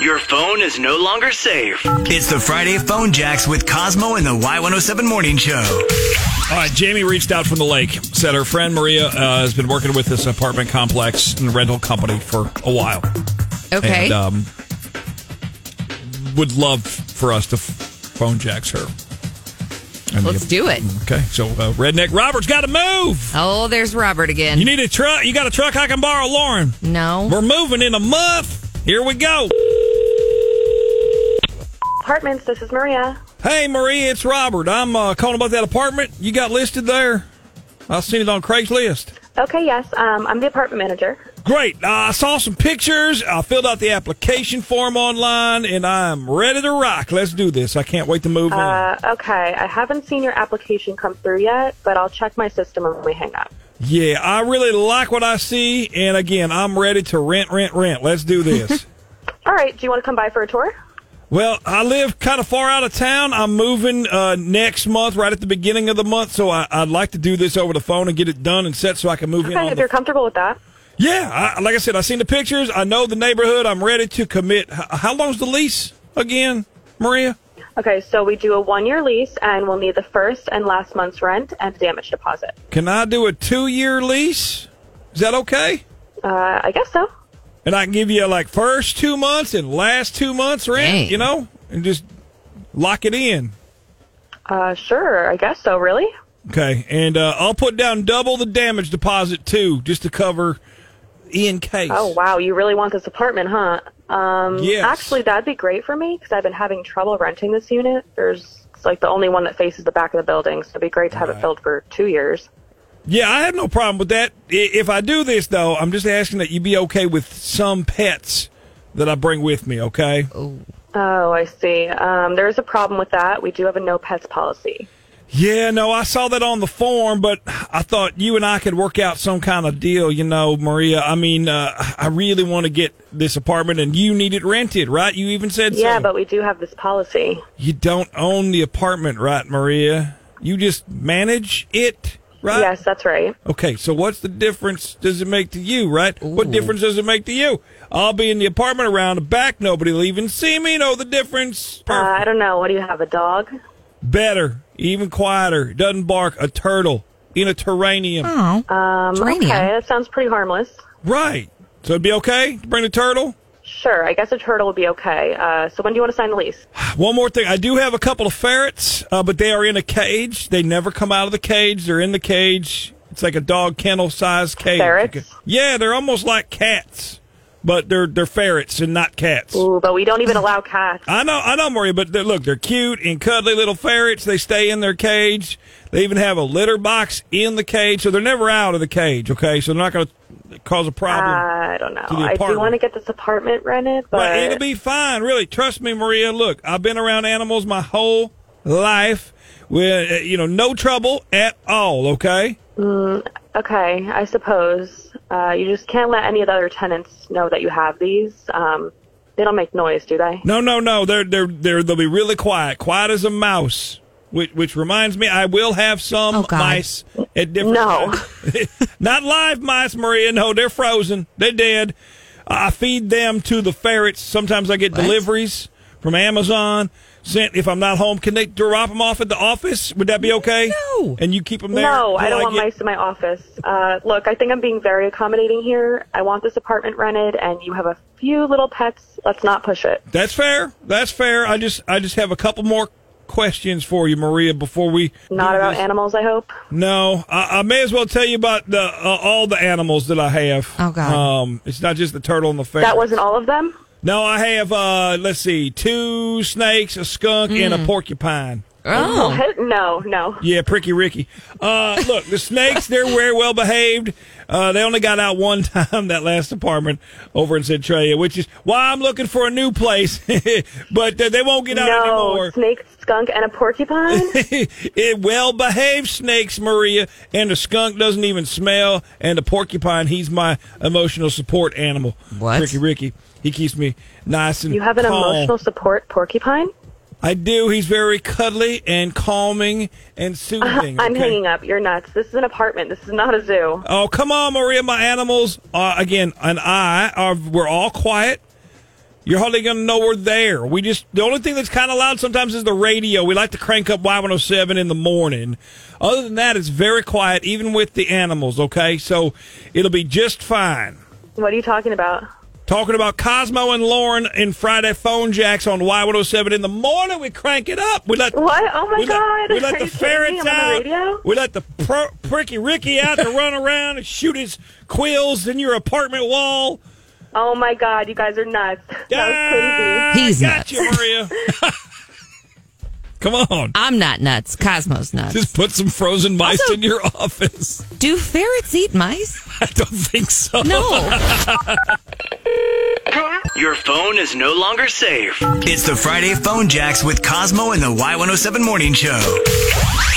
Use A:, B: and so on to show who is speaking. A: Your phone is no longer safe.
B: It's the Friday Phone Jacks with Cosmo and the Y107 Morning Show.
C: All right, Jamie reached out from the lake. Said her friend Maria uh, has been working with this apartment complex and rental company for a while,
D: Okay.
C: and um, would love for us to f- phone jacks her. And
D: Let's
C: the-
D: do it.
C: Okay, so uh, redneck Robert's got to move.
D: Oh, there's Robert again.
C: You need a truck. You got a truck I can borrow, Lauren.
D: no.
C: We're moving in a month. Here we go.
E: Apartments, this is Maria.
C: Hey, Maria, it's Robert. I'm uh, calling about that apartment you got listed there. I seen it on Craigslist.
E: Okay, yes, um, I'm the apartment manager.
C: Great. Uh, I saw some pictures. I filled out the application form online, and I'm ready to rock. Let's do this. I can't wait to move in.
E: Uh, okay, I haven't seen your application come through yet, but I'll check my system when we hang up.
C: Yeah, I really like what I see, and again, I'm ready to rent, rent, rent. Let's do this.
E: All right, do you want to come by for a tour?
C: well, I live kind of far out of town. I'm moving uh, next month, right at the beginning of the month, so I, I'd like to do this over the phone and get it done and set so I can move in.
E: Okay,
C: On
E: if
C: the
E: you're comfortable with that.
C: Yeah, I, like I said, I seen the pictures. I know the neighborhood. I'm ready to commit. H- how long's the lease again, Maria?
E: Okay, so we do a one year lease, and we'll need the first and last month's rent and damage deposit.
C: Can I do a two-year lease? Is that okay?
E: Uh, I guess so.
C: And I can give you like first two months and last two months rent,
D: Dang.
C: you know, and just lock it in.
E: Uh, sure, I guess so, really?
C: Okay, and uh, I'll put down double the damage deposit too, just to cover in case.
E: Oh, wow, you really want this apartment, huh? Um,
C: Yes.
E: Actually, that'd be great for me because I've been having trouble renting this unit. There's it's like the only one that faces the back of the building, so it'd be great to have it filled for two years.
C: Yeah, I have no problem with that. I- If I do this though, I'm just asking that you be okay with some pets that I bring with me. Okay.
E: Oh, I see. Um, there is a problem with that. We do have a no pets policy.
C: Yeah, no, I saw that on the form, but I thought you and I could work out some kind of deal, you know, Maria. I mean, uh, I really want to get this apartment and you need it rented, right? You even said
E: Yeah,
C: so.
E: but we do have this policy.
C: you don't own the apartment, right, Maria? You just manage it, right?
E: yes, that's right. Uh,
C: Okay, so what's the difference does it make to you, right? What difference does it make to you? I'll be in the apartment around the back, nobody will even see me, know the difference.
E: Uh, I don't know. What do you have? A dog?
C: Oh, Better, even quieter, doesn't bark, a turtle in a terrarium.
E: Um, okay,
D: Terrarium.
E: that sounds pretty harmless.
C: Right. So it'd be okay to bring the turtle.
E: Sure, I guess a turtle would be okay. Uh, so when do you want to sign the lease?
C: One more thing. I do have a couple of ferrets, uh, but they are in a cage. They never come out of the cage. They're in the cage. It's like a dog kennel size cage.
E: Ferrets?
C: Okay. Yeah, they're almost like cats, but they're they're ferrets and not cats.
E: Ooh, but we don't even allow cats.
C: I know, I know, Maria, but they're, look, they're cute and cuddly little ferrets. They stay in their cage. They even have a litter box in the cage, so they're never out of the cage. Okay, so they're not going to cause a problem.
E: I don't know.
C: the
E: I do
C: apartment.
E: want to get this apartment rented, but
C: But it'll be fine, really. Trust me, Maria. Look, I've been around animals my whole life with, uh, you know, no trouble at all, okay?
E: okay, I suppose uh, you just can't let any of the other tenants know that you have these. Um, they don't make noise, do they?
C: No, no, no. They're, they're, they're, they'll be really quiet, quiet as a mouse. Which, which reminds me, I will have some
D: Oh, God.
C: mice at different
E: No.
C: times. Not live mice, Maria. No, they're frozen. They're dead. I feed them to the ferrets. Sometimes I get deliveries from Amazon sent if I'm not home. Can they drop them off at the office? Would that be okay?
D: No.
C: And you keep them there?
E: No, I
C: till
E: don't want
C: get-
E: mice in my office. Uh, look, I think I'm being very accommodating here. I want this apartment rented, and you have a few little pets. Let's not push it.
C: That's fair. That's fair. I just I just have a couple more questions for you, Maria, before we
E: Not
C: do
E: about
C: this.
E: animals, I hope.
C: No, I, I may as well tell you about the uh, all the animals that I have.
D: Oh, God.
C: Um, it's not just the turtle and the ferret.
E: That wasn't all of them?
C: No, I have uh, let's see, two snakes, a skunk, and
D: Mm.
C: a porcupine.
D: Oh.
E: No, no.
C: Yeah, Pricky Ricky. Uh, look, the snakes, they're very well behaved. Uh, they only got out one time, that last apartment over in Centralia, which is why I'm looking for a new place. but uh, they won't get out
E: No,
C: anymore.
E: snake, skunk, and a porcupine?
C: it well behaved snakes, Maria, and the skunk doesn't even smell, and the porcupine, he's my emotional support animal.
D: What?
C: Ricky Ricky. He keeps me nice and
E: You have an
C: calm.
E: emotional support porcupine?
C: I do. He's very cuddly and calming and soothing.
E: Uh-huh, I'm
C: okay?
E: hanging up. You're nuts. This is an apartment. This is not a zoo.
C: Oh, come on, Maria. My animals, uh, again, and I, are, we're all uh, quiet. You're hardly going to know we're there. We just, the only thing that's kind of loud sometimes is the radio. We like to crank up Y107 in the morning. Other than that, it's very quiet, even with the animals, okay? So it'll be just fine.
E: What are you talking about?
C: Talking about Cosmo and Lauren in Friday Phone Jacks on Y107 in the morning. We crank it up. We let
E: What? Oh my
C: we
E: God!
C: Let, we let
E: Are
C: the
E: you kidding me?
C: ferrets
E: I'm on the
C: out.
E: radio?
C: We let the pro- pricky Ricky out to run around and shoot his quills in your apartment wall.
E: Oh my God! You guys are nuts. That was
C: Ah,
D: He's
C: got
D: nuts.
C: you, Maria. Come on,
D: I'm not nuts. Cosmo's nuts.
C: just put some frozen mice
D: Also-
C: in your office.
D: Do ferrets eat mice?
C: I don't think so.
D: No.
A: Your phone is no longer safe.
B: It's the Friday Phone Jacks with Cosmo and the Y107 Morning oh Show.